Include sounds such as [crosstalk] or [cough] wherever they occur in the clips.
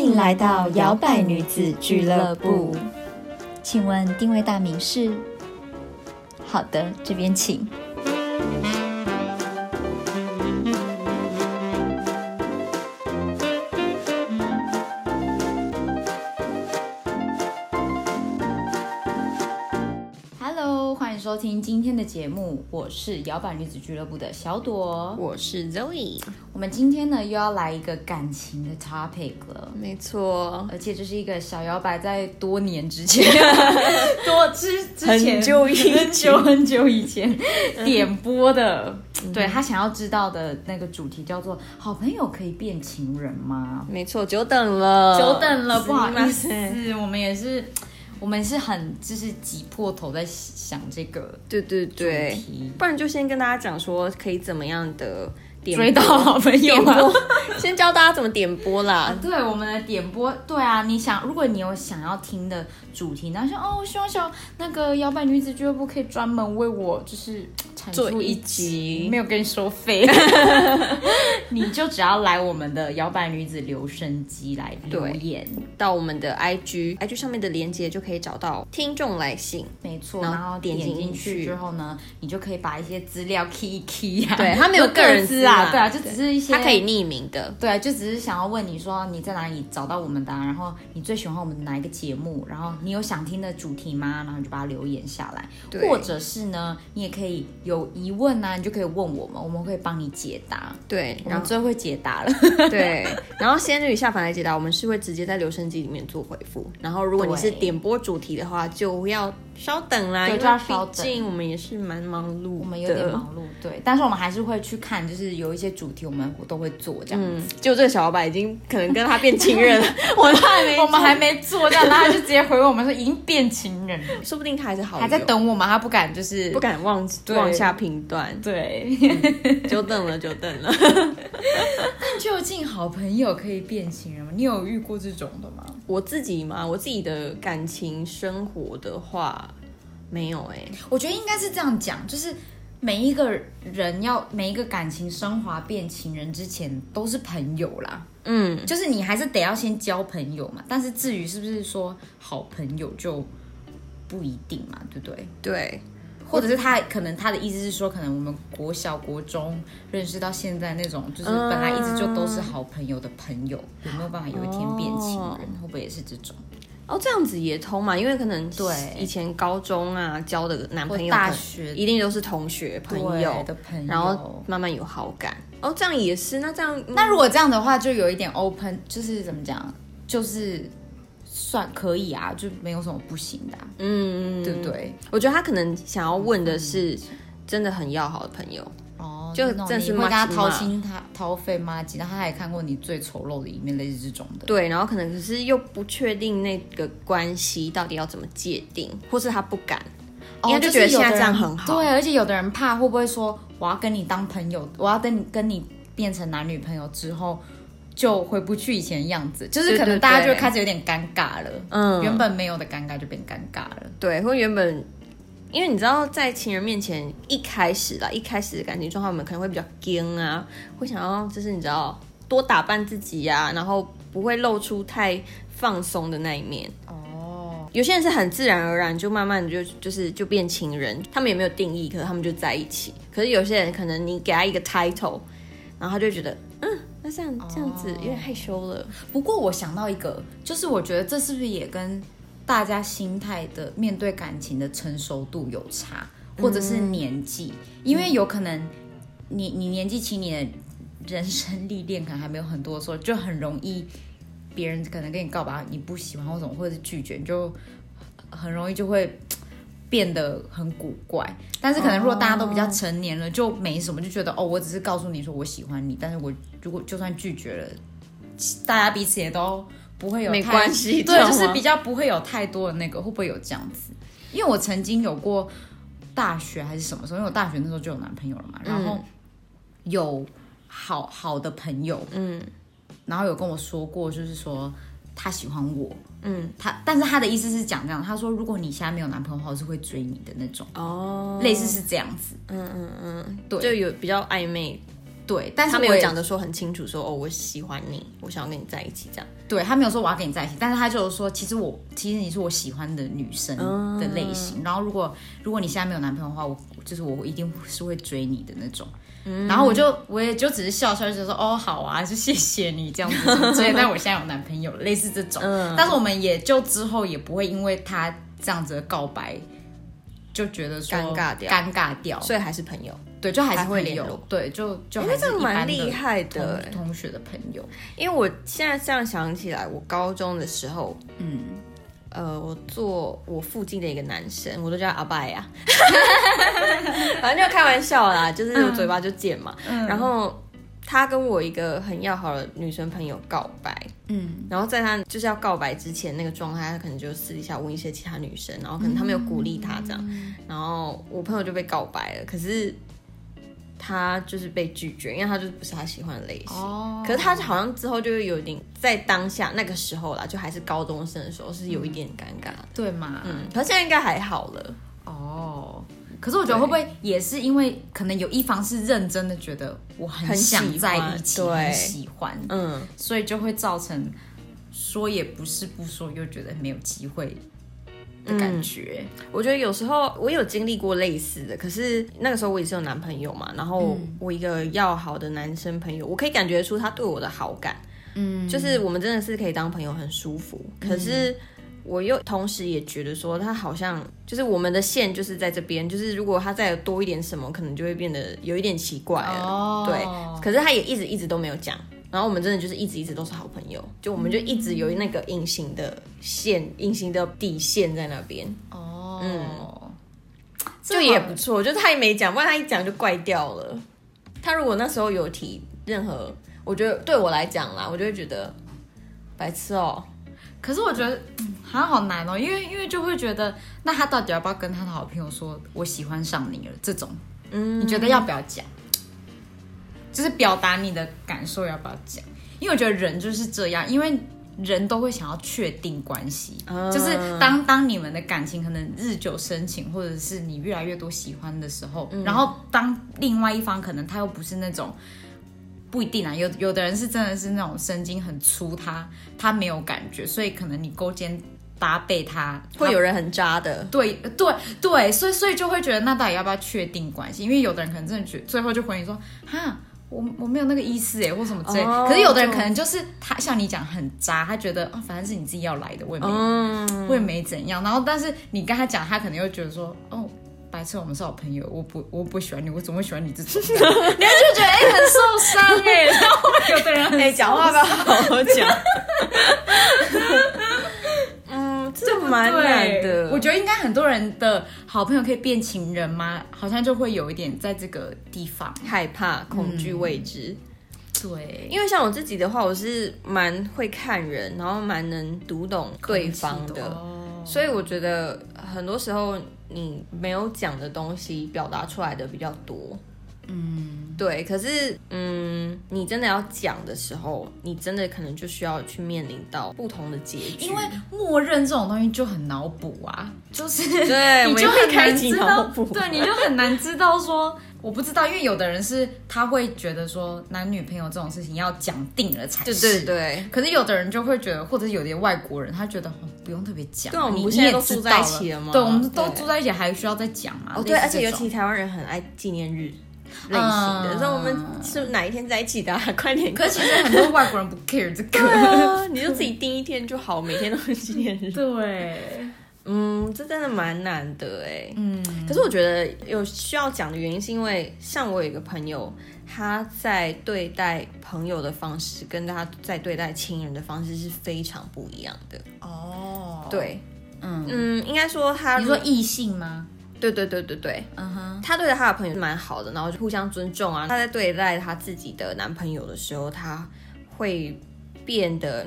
迎来到摇摆女子俱乐部。请问定位大名是？好的，这边请。Hello，欢迎收听今天的节目，我是摇摆女子俱乐部的小朵。我是 Zoe，我们今天呢又要来一个感情的 topic 了。没错，而且这是一个小摇摆，在多年之 [laughs] 前，多之之前很久以前嗯很久很久以前点播的。对他想要知道的那个主题叫做“好朋友可以变情人吗没错，久等”？了，久等了，不好意思すみません，我们也是，我们是很就是挤破头在想这个对对对主题，不然就先跟大家讲说可以怎么样的点播追到好朋友啊点吗？播， [laughs] 先教大家怎么点播啦。啊对我们的点播，对啊，你想，如果你有想要听的主题，然后说哦，我希望小那个摇摆女子俱乐部可以专门为我就是产做出一集，集没有跟你收 [laughs] 费，你就只要来我们的摇摆女子留声机来留对言，到我们的 IG，IG 上面的链接就可以找到听众来信。没错，然后然后点点进进去去之后呢，你就可以把一些资料 key 一 key 啊，对他没有就个人资资啊，嘛对啊，就只是一些它可以匿名的，对，啊就只是想要问你说你在哪里找到我们的啊、然后你最喜欢我们哪一个节目，然后你有想听的主题吗？然后你就把它留言下来，对或者是呢，你也可以有疑问啊，你就可以问我们，我们会帮你解答。对，我然们后最会解答 [laughs] 了，对，然后仙女下凡来解答，我们是会直接在留声机里面做回复。然后如果你是对点播主题的话，就要稍等啦，对因就要为稍等毕竟我们也是蛮忙碌的，我们有点忙碌，对，但是我们还是会去看，就是有一些主题我们都会做这样子。嗯，就这个小老板已经可能跟他变情人了， [laughs] 我都还没做，我们还没做这样，然后他就直接回我们说已经变情人了，说不定他还是好友，还在等我们，他不敢就是不敢妄对妄下评断，对。久等了，久等了。 [laughs] 究竟好朋友可以变情人吗？你有遇过这种的吗？ [laughs] 我自己嘛，我自己的感情生活的话，没有哎、我觉得应该是这样讲，就是每一个人要每一个感情升华变情人之前都是朋友啦，嗯，就是你还是得要先交朋友嘛。但是至于是不是说好朋友就不一定嘛，对不对？对，或者是他可能他的意思是说，可能我们国小国中认识到现在那种，就是嗯本来一直就都是好朋友的朋友，有没有办法有一天变情人？会不会也是这种？哦，这样子也通嘛，因为可能对以前高中啊交的男或朋友、大学一定都是同学朋对友，的朋友，然后慢慢有好感。哦，这样也是，那这样、嗯那如果这样的话，就有一点 open，就是怎么讲，就是算可以啊，就没有什么不行的啊、嗯，对不对？我觉得他可能想要问的是，真的很要好的朋友，哦，就那种正你是会跟他 maxima 掏心掏掏肺吗？其实他还看过你最丑陋的一面，类似这种的。对，然后可能可是又不确定那个关系到底要怎么界定，或是他不敢，哦因为他就觉得是有的现在这样人很好对，而且有的人怕会不会说我要跟你当朋友，我要跟你跟你变成男女朋友之后。就回不去以前的样子，就是可对能对大家就对会开始有点尴尬了。嗯原本没有的尴尬就变尴尬了。对，或原本。因为你知道，在情人面前一开始啦，一开始的感情状况，我们可能会比较惊啊，会想要就是你知道多打扮自己呀、然后不会露出太放松的那一面。哦，有些人是很自然而然就慢慢就就是就变情人，他们也没有定义，可是他们就在一起。可是有些人可能你给他一个 title，然后他就觉得嗯，那这样这样子有点害羞了。不过我想到一个，就是我觉得这是不是也跟大家心态的面对感情的成熟度有差，或者是年纪？因为有可能你你年纪轻，你的人生历练可能还没有很多的时候，就很容易别人可能跟你告白，你不喜欢或什么，或者是拒绝，你就很容易就会。变得很古怪，但是可能如果大家都比较成年了，就没什么，就觉得哦，我只是告诉你说我喜欢你，但是我如果就算拒绝了，大家彼此也都不会有没太关系对，这就种是吗比较不会有太多的那个，会不会有这样子？因为我曾经有过大学还是什么时候，因为我大学那时候就有男朋友了嗯嘛，然后有好好的朋友，嗯然后有跟我说过，就是说他喜欢我，嗯他但是他的意思是讲这样，他说如果你现在没有男朋友的话，我是会追你的那种，哦，类似是这样子，嗯嗯嗯，对就有比较暧昧对，但是他我没有也讲的说很清楚说哦，我喜欢你，我想要跟你在一起这样。对他没有说我要跟你在一起，但是他就是说，其实我其实你是我喜欢的女生的嗯类型。然后如果如果你现在没有男朋友的话，我就是我一定是会追你的那种。嗯然后我就我也就只是笑笑，就说哦好啊，就谢谢你这样子什么之类的。但我现在有男朋友，类似这种。嗯但是我们也就之后也不会因为他这样子的告白就觉得说尴尬掉尴尬掉。所以还是朋友，对，就还是还会朋友联络对，就就还哎那是这样一般蛮的厉害的同同学的朋友。因为我现在这样想起来，我高中的时候，嗯，呃，我坐我附近的一个男生，我都叫他阿拜呀、 [laughs] 反正就开玩笑啦，就是嗯我嘴巴就贱嘛。然后他跟我一个很要好的女生朋友告白，嗯，然后在他就是要告白之前那个状态，他可能就私底下问一些其他女生，然后可能他们有鼓励他这样，嗯然后我朋友就被告白了，可是他就是被拒绝，因为他就是不是他喜欢的类型。哦可是他好像之后就有点在当下那个时候啦，就还是高中生的时候是有一点尴尬的。对嘛，嗯，可是现在应该还好了。哦，可是我觉得会不会也是因为可能有一方是认真的觉得我很很喜想欢在一起，对很喜欢，嗯，所以就会造成说也不是，不说又觉得没有机会的嗯感觉。我觉得有时候我有经历过类似的，可是那个时候我也是有男朋友嘛，然后我一个要好的男生朋友，我可以感觉出他对我的好感，嗯，就是我们真的是可以当朋友，很舒服。可是我又同时也觉得说，他好像就是我们的线就是在这边，就是如果他再有多一点什么，可能就会变得有一点奇怪了，哦对。可是他也一直一直都没有讲。然后我们真的就是一直一直都是好朋友，就我们就一直有那个隐形的线、隐形的底线在那边。哦，这嗯就好也不错，就是他也没讲，不然他一讲就怪掉了。他如果那时候有提任何，我觉得对我来讲啦，我就会觉得白痴哦、可是我觉得。嗯好像好难哦，因为因为就会觉得，那他到底要不要跟他的好朋友说我喜欢上你了？这种，嗯，你觉得要不要讲？就是表达你的感受要不要讲？因为我觉得人就是这样，因为人都会想要确定关系，嗯就是当当你们的感情可能日久生情，或者是你越来越多喜欢的时候，嗯然后当另外一方可能他又不是那种。不一定啊，有有的人是真的是那种神经很粗，他他没有感觉，所以可能你勾肩搭背他，会有人很渣的，对呃对对，所以所以就会觉得那到底要不要确定关系？因为有的人可能真的觉最后就回你说哈。我我没有那个意思哎，或什么之类的。哦可是有的人可能就是他像你讲很渣，他觉得哦，反正是你自己要来的，我也没、嗯，我也没怎样。然后但是你跟他讲，他可能又觉得说哦，白痴，我们是好朋友，我不我不喜欢你，我怎么会喜欢你这 [laughs] 种？你就觉得哎、很受伤 [laughs] 哎。然后有的人很哎、讲话要不要好好讲？ [laughs] 嗯，这蛮难的，对我觉得应该很多人的好朋友可以变情人吗？好像就会有一点在这个地方。害怕、恐惧未知。嗯对，因为像我自己的话，我是蛮会看人，然后蛮能读懂对方的，哦所以我觉得很多时候你没有讲的东西，表达出来的比较多。嗯，对。可是，嗯，你真的要讲的时候，你真的可能就需要去面临到不同的结局。因为默认这种东西就很脑补啊，就是对 [laughs] 你就很我们会开难启知脑道，补对，你就很难知道说。我不知道，因为有的人是他会觉得说男女朋友这种事情要讲定了才对是，对对，可是有的人就会觉得，或者是有些外国人，他觉得、哦、不用特别讲，对我们你不你现在也都知住道在一起了吗对，我们都对住在一起，还需要再讲吗？哦对，类而似且这尤种其台湾人很爱纪念日类型的，嗯那、我们是哪一天在一起的、啊？ [laughs] 快点！可是其实很多外国人不 care 这对个，[laughs] 啊，你就自己定一天就好，每天都是纪念日。对，嗯，这真的蛮难的哎、嗯，可是我觉得有需要讲的原因，是因为像我有一个朋友，他在对待朋友的方式，跟他在对待亲人的方式是非常不一样的。哦，对，嗯，嗯，应该说他你说异性吗？对对对对对，嗯哼，他对待他的朋友蛮好的，然后就互相尊重啊。他在对待他自己的男朋友的时候，他会变得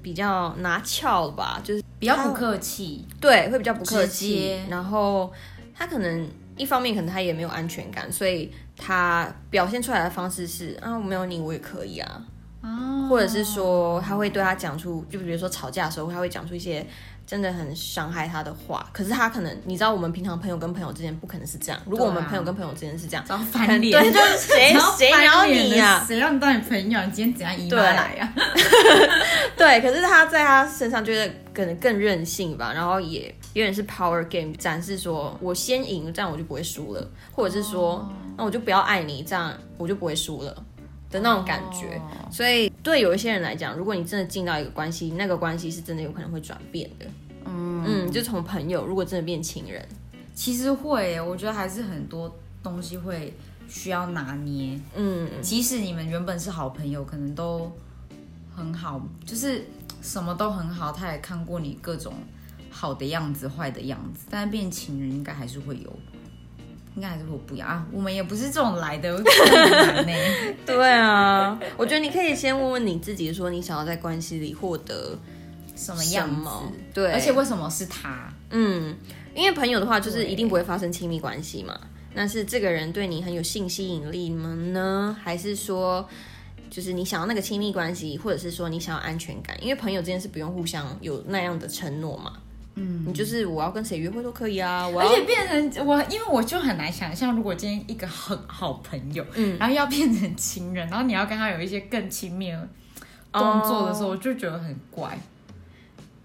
比较拿翘吧，就是。比较不客气，对，会比较不客直气接。然后他可能一方面可能他也没有安全感，所以他表现出来的方式是啊，我没有你我也可以啊。哦或者是说他会对他讲出，就比如说吵架的时候，他会讲出一些真的很伤害他的话。可是他可能，你知道，我们平常朋友跟朋友之间不可能是这样。如果我们朋友跟朋友之间是 [laughs] 这样，然后可能翻脸，啊对，就是谁谁鸟你呀、谁让你啊当你朋友？你今天怎样姨妈对来啊呀、对，可是他在他身上就是可能更任性吧，然后也有点是 power game，展示说我先赢，这样我就不会输了，或者是说、哦那我就不要爱你，这样我就不会输了的那种感觉。哦所以对有一些人来讲，如果你真的进到一个关系，那个关系是真的有可能会转变的。嗯嗯，就从朋友如果真的变情人，其实会耶，我觉得还是很多东西会需要拿捏。嗯，即使你们原本是好朋友，可能都很好，就是什么都很好，他也看过你各种好的样子、坏的样子，但是变情人应该还是会有，应该还是会不一样啊。我们也不是这种来 [laughs] 的，我觉得很难呢对啊，我觉得你可以先问问你自己，说你想要在关系里获得什么什样子？么？对，而且为什么是他？嗯，因为朋友的话，就是对一定不会发生亲密关系嘛。那是这个人对你很有性吸引力吗呢？还是说，就是你想要那个亲密关系，或者是说你想要安全感？因为朋友之间是不用互相有那样的承诺嘛。嗯，你就是我要跟谁约会都可以啊，我而要且变成我，因为我就很难想象，如果今天一个很好朋友，嗯，然后要变成情人，然后你要跟他有一些更亲密的动作的时候，我就觉得很怪。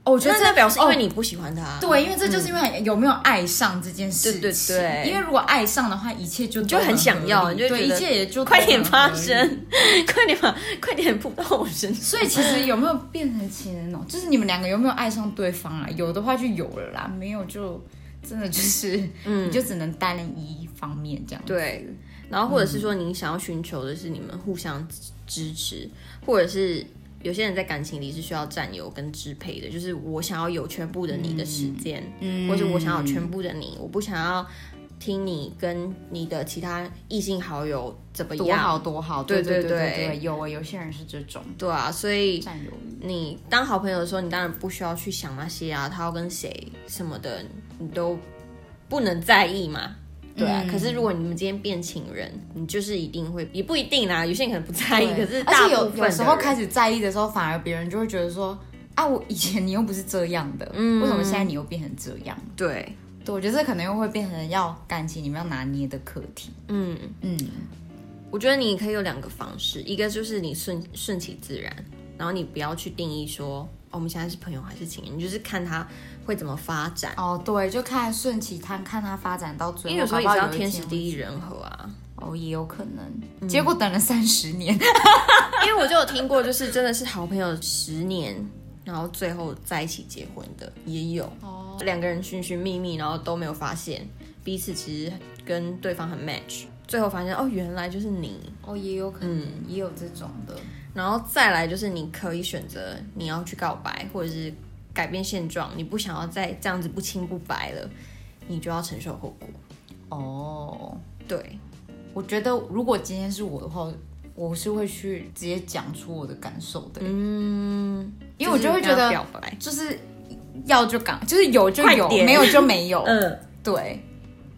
哦，我觉得那这代表是因为哦你不喜欢他，对，因为这就是因为有没有爱上这件事情。啊嗯对对对因为如果爱上的话，一切就就都很想要合理你就对，觉一得切也就都快点很发合理。生， [laughs] 快点把，快点扑到我身上。所以其实有没有变成情人哦？就是你们两个有没有爱上对方啊？有的话就有了啦，没有就真的就是，嗯， [laughs] 你就只能单一方面这样。对，然后或者嗯是说你想要寻求的是你们互相支支持，或者是有些人在感情里是需要占有跟支配的，就是我想要有全部的你的时间，嗯或者是我想要有全部的你，我不想要听你跟你的其他异性好友怎么多样。好多好，对对对对对对，有啊，有些人是这种对啊，所以占有欲。你当好朋友的时候，你当然不需要去想那些啊，他要跟谁什么的，你都不能在意嘛。对啊，可是如果你们今天变情人，你就是一定会，也不一定啊啦。有些人可能不在意，哎可对是而且大部有分有时候开始，始在意的时候，反而别人就会觉得说。啊，我以前你又不是这样的，嗯为什么现在你又变成这样？对，对，我觉得这可能又会变成要感情里面要拿捏的课题。嗯，嗯，我觉得你可以有两个方式，一个就是你顺顺其自然，然后你不要去定义说、哦、我们现在是朋友还是情人，你就是看他会怎么发展。哦，对，就看顺其他，看它发展到最后，嗯因为有时候也搞是不好要有一天时天地利嗯人和啊，哦，也有可能。结果等了三十 [laughs] 年，因为我就有听过，就是真的是好朋友十年，然后最后在一起结婚的也有，哦，两个人寻寻觅觅，然后都没有发现彼此其实跟对方很 match，最后发现哦原来就是你，哦，也有可能，嗯也有这种的。然后再来就是你可以选择你要去告白，或者是改变现状，你不想要再这样子不清不白了，你就要承受后果。哦，对，我觉得如果今天是我的话，我是会去直接讲出我的感受的，嗯，因为我就会觉是要得表白，就是要就赶，就是有就有快，点没有就没有。 [laughs] 嗯，对。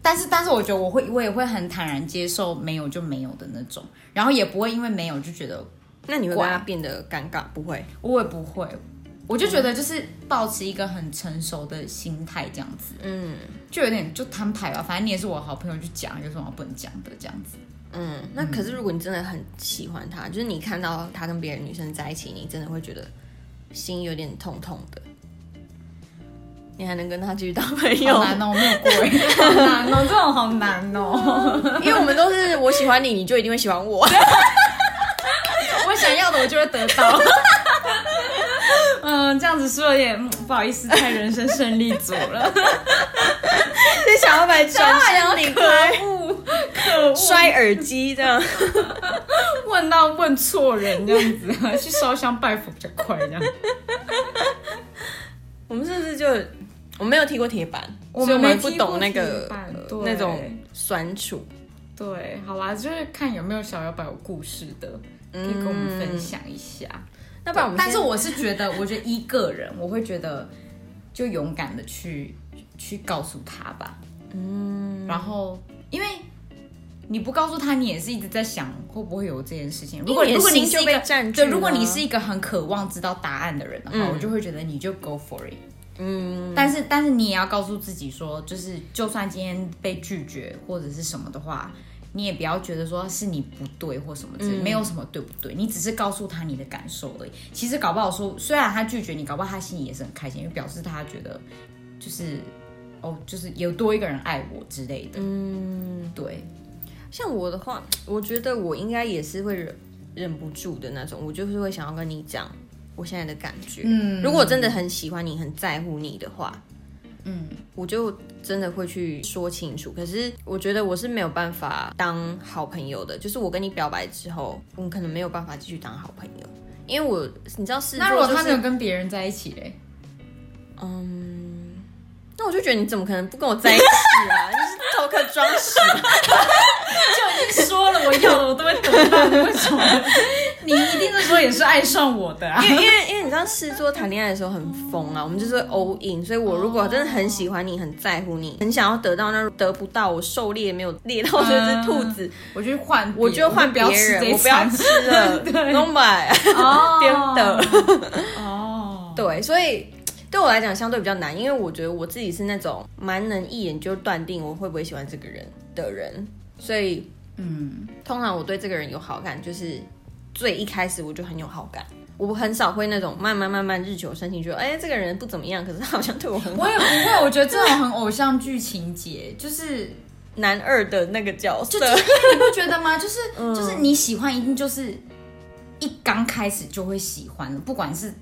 但是，但是我觉得我会，我也会很坦然接受没有就没有的那种，然后也不会因为没有就觉得那你会跟他变得尴尬？不会，我也不会，我就觉得就是保持一个很成熟的心态这样子，嗯。就有点就摊牌吧，反正你也是我的好朋友，就讲有什么不能讲的这样子。嗯，那可是如果你真的很喜欢他，就是你看到他跟别的女生在一起，你真的会觉得心有点痛痛的。你还能跟他继续当朋友好吗？难哦，我没有过 [laughs] 耶，好难哦，这种好难哦。因为我们都是我喜欢你，你就一定会喜欢我。我想要的我就会得 [laughs] 到。嗯，这样子说有点嗯不好意思，太人生胜利组了，就 [laughs] 想要把转身离啊开，可恶摔耳机这样。 [laughs] 问到问错人这样子， [laughs] 去烧香拜佛比较快这样。我们是不是就我没有踢过铁板，我们所以我们没不踢过懂那铁个板呃对那种酸楚。对，好啦，就是看有没有小摇摆有故事的，可以跟我们分享一下。那不然我们但是先我是觉得，我觉得一个人，我会觉得就勇敢的去去告诉他吧，嗯，然后因为你不告诉他，你也是一直在想会不会有这件事情。如因果为你的如果你心是一就被个占据对，如果了你是一个很渴望知道答案的人的话，我就会觉得你就 go for it。嗯，但是但是你也要告诉自己说，就是就算今天被拒绝或者是什么的话，你也不要觉得说是你不对或什么之类，嗯没有什么对不对，你只是告诉他你的感受而已。其实搞不好说，虽然他拒绝你，搞不好他心里也是很开心，因为表示他觉得就是哦，就是有多一个人爱我之类的。嗯，对，像我的话，我觉得我应该也是会忍忍不住的那种，我就是会想要跟你讲我现在的感觉。嗯如果我真的很喜欢你，很在乎你的话，嗯，我就真的会去说清楚。可是我觉得我是没有办法当好朋友的，就是我跟你表白之后，我可能没有办法继续当好朋友，因为我你知道是、就是，那如果他没有跟别人在一起嘞？那我就觉得你怎么可能不跟我在一起啊？ [laughs] 你是头壳装屎。 [laughs] 就已经说了，我要的我都会得到，你为什么？ [laughs] 你一定是说也是爱上我的啊？ [laughs] 因为因为因为你知道狮子座谈恋爱的时候很疯啊，我们就是会 all in，所以我如果真的很喜欢你，很在乎你，很想要得到，那得不到，我狩猎没有猎到这只兔子，我就换别，我就换不别要吃人，这一哦我不要餐吃了，no [laughs] my， [laughs] 哦颠倒。 [laughs] 哦，对，所以对我来讲相对比较难，因为我觉得我自己是那种蛮能一眼就断定我会不会喜欢这个人的人，所以嗯，通常我对这个人有好感，就是最一开始我就很有好感。我很少会那种慢慢慢慢日久生情，觉得哎、这个人不怎么样，可是他好像对我很好我。也不会，我觉得这种很偶像剧情节，就是男二的那个角色，你不觉得吗？ [laughs] 就是就是你喜欢，一定就是一刚开始就会喜欢的，不管是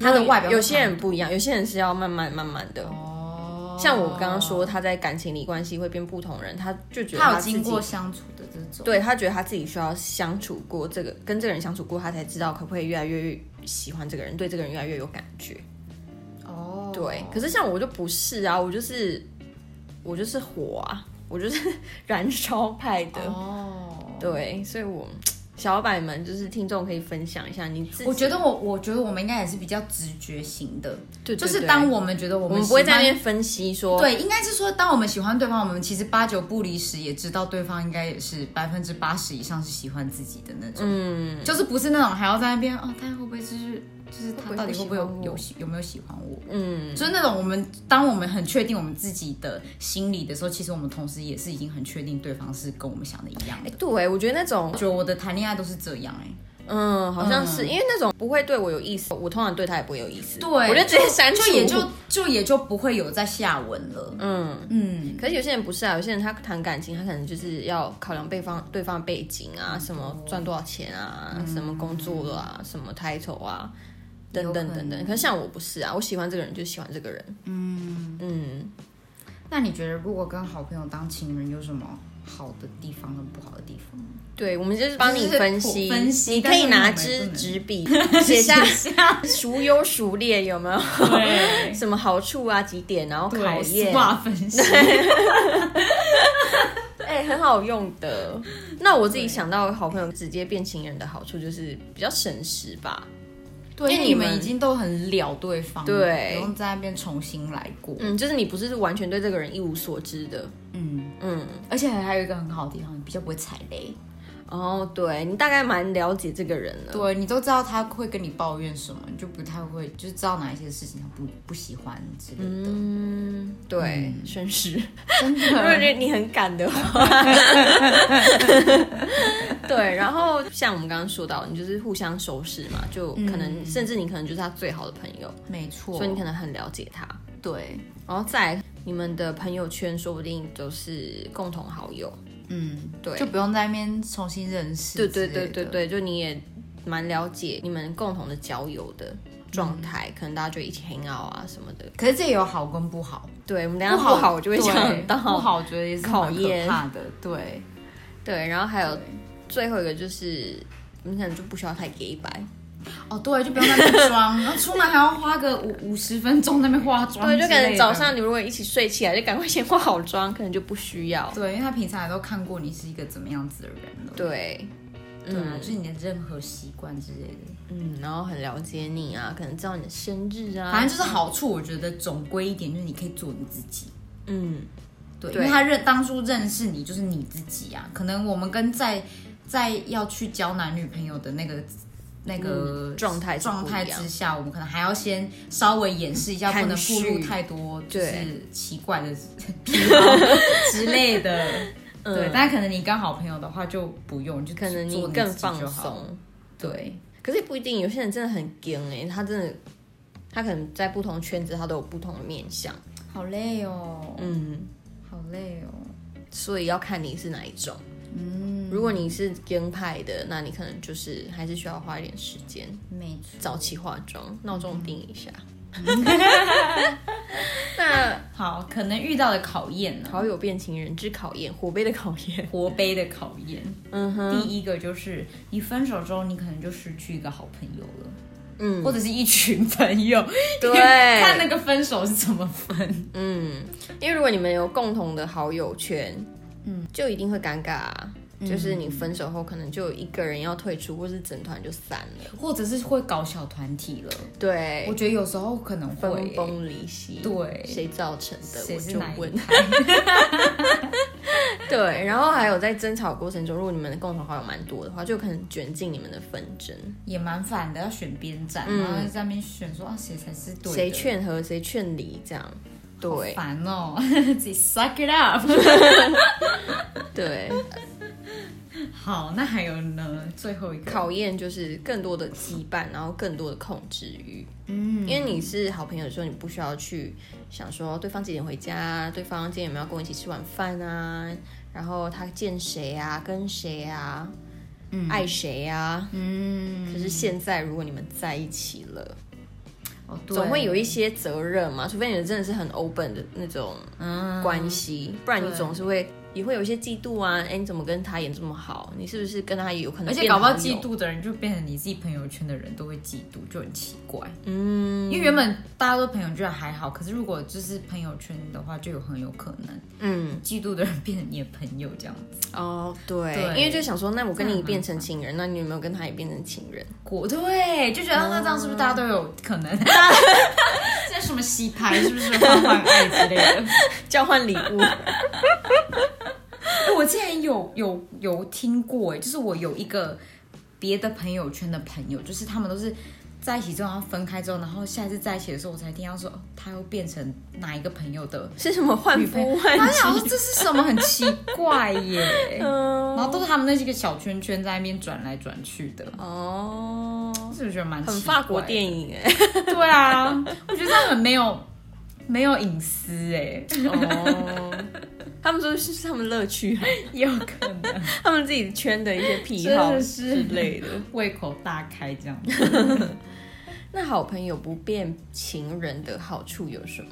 他的外表，有些人不一样，有些人是要慢慢慢慢的。哦，像我刚刚说，他在感情里关系会变不同人，他就觉得他有自己经过相处的这种，对他觉得他自己需要相处过这个，跟这个人相处过，他才知道可不可以越来越喜欢这个人，对这个人越来越有感觉。哦，对，可是像我就不是啊，我就是我就是火啊， [laughs] 我就是燃烧派的。哦，对，所以我小老板们就是听众可以分享一下你自己，我觉得我我觉得我们应该也是比较直觉型的，对对就是对当我们觉得我我们们不会喜在欢那边分析说对，应该是说，当我们喜欢对方，我们其实八九不离十，也知道对方应该也是百分之八十以上是喜欢自己的那种，嗯，就是不是那种还要在那边哦，他会不会就是就是会不他会到底不会不会喜欢有我有喜有没有喜欢我？嗯，就是那种我们当我们很确定我们自己的心理的时候，其实我们同时也是已经很确定对方是跟我们想的一样的。对，我觉得那种我，觉得我的谈恋爱都是这样哎、嗯，好像是、因为那种不会对我有意思，我通常对他也不会有意思，对，我就直接删除。就也就就也就不会有再下文了。嗯，嗯，可是有些人不是啊，有些人他谈感情，他可能就是要考量对方对方的背景嗯啊，什么赚多少钱啊，什么工作啊，什么 title 啊，等等等有可等。能可是像我不是啊，我喜欢这个人就喜欢这个人，嗯嗯，那你觉得如果跟好朋友当情人有什么好的地方跟不好的地方？对，我们就是帮你分析就是分析你可以拿但是我支们不能 [laughs] 纸笔写下 [laughs] 孰优孰劣有没有？对什么好处啊，几点，然后考验，挂分析， [laughs] 哎、很好用的。那我自己想到好朋友直接变情人的好处就是比较省时吧。对，因为因为你你们们已经都很了对方了，对不用在那边重新来过。嗯，就是你不是完全对这个人一无所知的。嗯，嗯，而且还有一个很好的地方，你比较不会踩雷，哦，对你大概蛮了解这个人了。对你都知道他会跟你抱怨什么，你就不太会，就知道哪一些事情他不不喜欢之类的。嗯，对，绅士。真如果觉的，得你很敢的话，对。然后像我们刚刚说到，你就是互相熟识嘛，就可能、甚至你可能就是他最好的朋友，没嗯错，所以你可能很了解他。对，然后再来你们的朋友圈，说不定都是共同好友。嗯，对就不用在那边重新认识。对对对对，对，就你也蛮了解你们共同的交友的状态，可能大家就一起 hang out 啊什么的。可是这也有好跟不好。对，我们等一下不好我就会对想到。不好，我觉得也是考蛮验可怕的。对， [laughs] 对，然后还有对最后一个就是，你可能就不需要太 gay 白，哦对，就不用在那边装， [laughs] 然后出门还要花个五五十分钟在那边化妆之对，类就的，可能早上你如果一起睡起来，就赶快先化好妆，可能就不需要。对，因为他平常也都看过你是一个怎么样子的人了。对，对啊，就是你的任何习惯之类的，嗯，然后很了解你啊，可能知道你的生日啊，反正就是好处，我觉得总归一点就是你可以做你自己。嗯，对，因对为他认当初认识你就是你自己啊，可能我们跟在在要去交男女朋友的那个那个嗯状态是不一样状态之下，我们可能还要先稍微掩饰一下，含不能暴露蓄太多就对是奇怪的癖好之类 [laughs] 的。嗯对，但可能你跟好朋友的话就不用，就可能做你自己更放就好了。松。对，可是也不一定，有些人真的很硬哎、他真的，他可能在不同圈子，他都有不同的面相。好累哦，嗯，好累哦。所以要看你是哪一种。嗯，如果你是硬派的，那你可能就是还是需要花一点时间，没错，早起化妆，闹钟定一下。那好，可能遇到的考验呢，好友变情人之考验，火杯的考验。活杯的考验。嗯哼，第一个就是你分手之后，你可能就失去一个好朋友了，嗯，或者是一群朋友。对 [laughs] [laughs] 看那个分手是怎么分。嗯，因为如果你们有共同的好友圈，嗯，就一定会尴尬、啊。嗯就是你分手后，可能就有一个人要退出，或是整团就散了，或者是会搞小团体了，我对，觉得有时候可能会分崩离析，对谁造成的？谁我是就哪一 [laughs] 问。派？对，然后还有在争吵过程中，如果你们的共同好友蛮多的话，就可能卷进你们的纷争，也蛮烦的，要选边站，嗯然后在那边选说啊谁才是对的，谁劝和谁劝离这样。对好烦哦， [laughs] 自己 suck it up。 [laughs] 对，好，那还有呢？最后一个，考验就是更多的羁绊，然后更多的控制欲。嗯，因为你是好朋友的时候，你不需要去想说对方几点回家，对方今天有没有跟我一起吃晚饭啊，然后他见谁啊，跟谁啊，嗯爱谁啊。嗯，可是现在如果你们在一起了，哦，对总会有一些责任嘛，除非你们真的是很 open 的那种嗯关系，不然你对总是会也会有一些嫉妒啊。哎，你怎么跟他演这么好？你是不是跟他也有可能？而且搞不好嫉。妒的人就变成你自己朋友圈的人都会嫉妒，就很奇怪。嗯，因为原本大家都朋友觉得还好，可是如果就是朋友圈的话，就有很有可能嗯。嫉妒的人变成你的朋友这样子。哦，对，对因为就想说，那我跟这样你蛮变成情人，那你有没有跟他也变成情人？果对，就觉得啊那这样是不是大家都有可 [laughs] 能？这是什么洗牌是不是换换爱之类的？ [laughs] 交换礼物？ [laughs] 哎、我之前有有有听过哎，就是我有一个别的朋友圈的朋友，就是他们都是在一起之后，然后分开之后，然后下一次在一起的时候，我才听到说、哦、他又变成哪一个朋友 [laughs] 的 [laughs] 是什么换女朋夫友。换他想妻？哎说这是什么很奇怪 [laughs] 耶， [laughs] 嗯，然后都是他们那些个小圈圈在那边转来转去的，哦，是不是觉得蛮很法国影？电影哎。 [laughs] 对啊，我觉得这样很没有没有隐私哎， [laughs] 哦，他们说是他们乐趣 [laughs] 啊，也有可能他们自己圈的一些癖好真的之是类的。胃口大开这样子。那好朋友不变情人的好处有什么？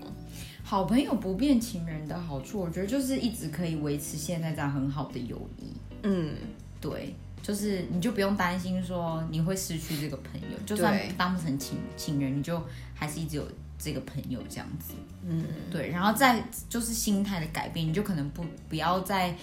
好朋友不变情人的好处，我觉得就是一直可以维持现在这样很好的友谊。嗯，对，就是你就不用担心说你会失去这个朋友，就算对当不成情情人，你就还是一直有这个朋友这样子。嗯，对，然后再就是心态的改变，你就可能不不要再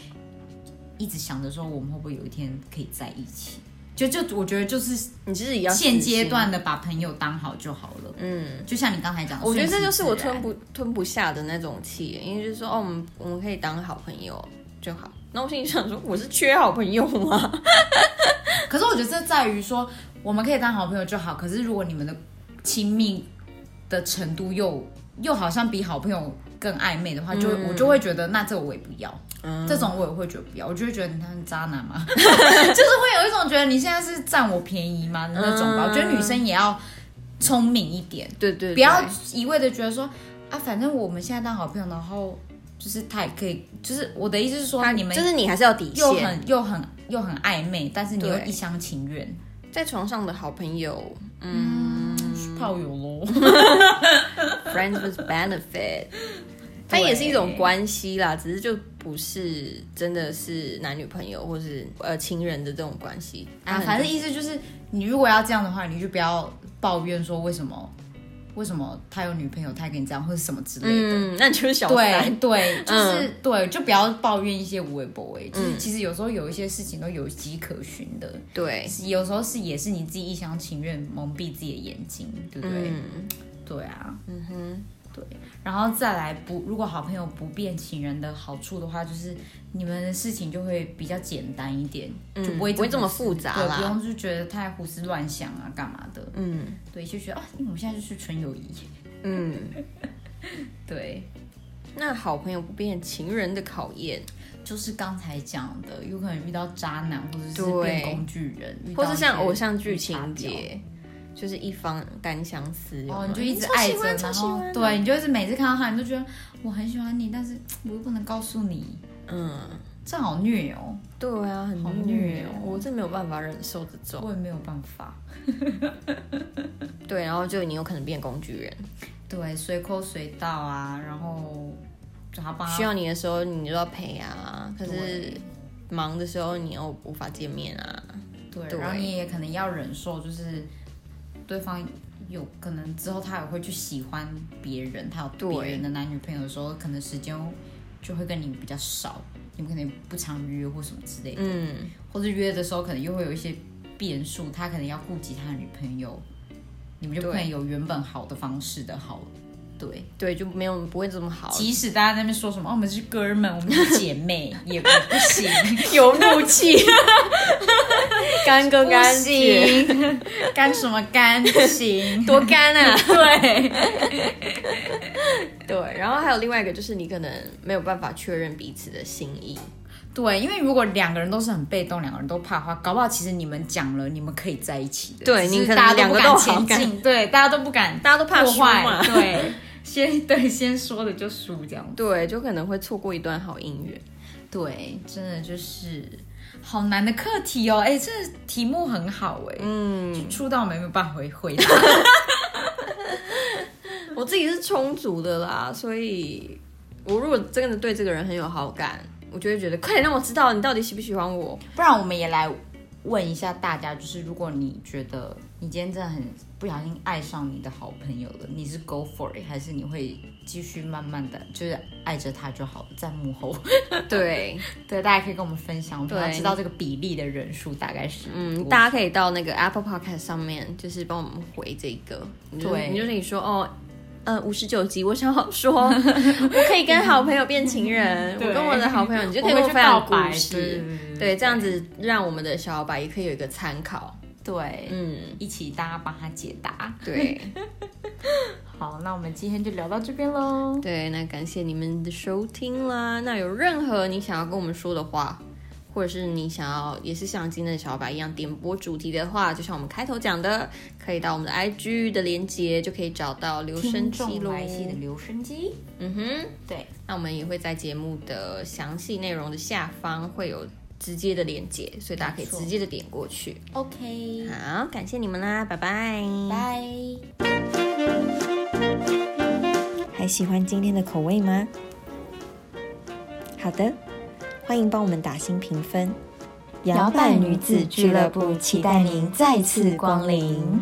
一直想着说我们会不会有一天可以在一起。就就我觉得就是你自己要啊现死心阶。段的把朋友当好就好了。嗯，就像你刚才讲的，我觉得这就是我顺其自然吞不吞不下的那种气，因为就是说，哦，我们我们可以当好朋友就好。那我心里想说，我是缺好朋友吗？ [laughs] 可是我觉得这在于说，我们可以当好朋友就好。可是如果你们的亲密的程度又又好像比好朋友更暧昧的话，就会、我就会觉得那这个我也不要，嗯这种我也会觉得不要，我就会觉得你他是渣男嘛， [laughs] 就是会有一种觉得你现在是占我便宜吗那种吧。嗯我觉得女生也要聪明一点，对对不要一味的觉得说啊，反正我们现在当好朋友，然后就是他也可以，就是我的意思是说，你们就是你还是要底又线。很又很又很暧昧，但是你又对一厢情愿。在床上的好朋友， [laughs] 嗯炮友喽。 ，friends with [laughs] benefit，它也是一种关系啦，只是就不是真的是男女朋友或是呃情人的这种关系 [laughs] 啊，反正意思就是，你如果要这样的话，你就不要抱怨说为什么为什么他有女朋友，他还跟你这样，或者什么之类的。嗯，那你就是小对三， [laughs] 对，就是、对，就不要抱怨一些无微不微。嗯就是其实有时候有一些事情都有迹可循的，对，有时候是也是你自己一厢情愿蒙蔽自己的眼睛，对不对？嗯对啊，嗯哼，对，然后再来不，如果好朋友不变情人的好处的话，就是你们的事情就会比较简单一点，就不会嗯不会这么复杂对，不啦。用就觉得太胡思乱想啊，干嘛的？嗯对，就觉得啊，因为我们现在就是纯友谊。嗯，对，那好朋友不变情人的考验，就是刚才讲的，有可能遇到渣男，或者是对变工具人，遇到或是像一些哦偶像剧绿茶婊情节，就是一方单相思，有哦，吗你就一直超爱喜着，欢超然喜后欢，对，你就是每次看到他，你就觉得我很喜欢你，但是我又不能告诉你，嗯，这好虐哦，对啊，好很虐虐哦哦，我真没有办法忍受这种。我也没有办法。对，然后就你有可能变工具人，对，随口随到啊，然后叫他帮他需要你的时候你就要陪啊，可是对忙的时候你又无法见面啊。对，对然后你也可能要忍受，就是对方有可能之后他也会去喜欢别人，他有别对人的男女朋友的时候，可能时间就会跟你比较少，你们可能不常约或什么之类的，嗯，或者约的时候可能又会有一些变数，他可能要顾及他的女朋友，你们就不对可能有原本好的方式的好。对，对，就没有不会这么好， [laughs] 即使大家在那边说什么、哦我们是哥们，我们是姐妹，也不行，有怒气， [laughs] 干更干净，净， [laughs] 干什么干不行？多干 [laughs] 啊！对，对，然后还有另外一个就是你可能没有办法确认彼此的心意，对，因为如果两个人都是很被动，两个人都怕的话，搞不好其实你们讲了，你们可以在一起的。对只是你可能大家两不个敢都好前进，对，大家都不敢大家都怕破输坏，嘛。对，先对先说的就输这样。对，就可能会错过一段好姻缘。对，真的就是好难的课题哦。哎，这题目很好哎，嗯，出道没有办法回回答。我自己是充足的啦，所以我如果真的对这个人很有好感，我就会觉得快点让我知道你到底喜不喜欢我。不然我们也来问一下大家，就是如果你觉得你今天真的很不小心爱上你的好朋友了，你是 go for it，还是你会继续慢慢的就是爱着他就好了，在幕后？ [laughs] 对，对，大家可以跟我们分享，我们对想要知道这个比例的人数大概是嗯，多大家可以到那个 Apple Podcast 上面，就是帮我们回这个。你就对你就是你说哦。呃，五十九集，我想 [laughs] 好说，我可以跟好朋友变情人，对我跟我的好朋友，你就可以我会跟我去分享告故白事，对对，这样子让我们的小白也可以有一个参考。对，嗯，一起大家帮他解答。对 [laughs] 好，那我们今天就聊到这边喽。对，那感谢你们的收听啦。那有任何你想要跟我们说的话，或者是你想要也是像今天的小白一样点播主题的话，就像我们开头讲的，可以到我们的 IG 的连接就可以找到留声听机众喽。来信的留声机，嗯哼，对，那我们也会在节目的详细内容的下方会有直接的连接，所以大家可以没错直接的点过去。 ，OK，好，感谢你们啦，拜拜。拜。还喜欢今天的口味吗？好的，欢迎帮我们打新评分。摇摆女子俱乐部期待您再次光临。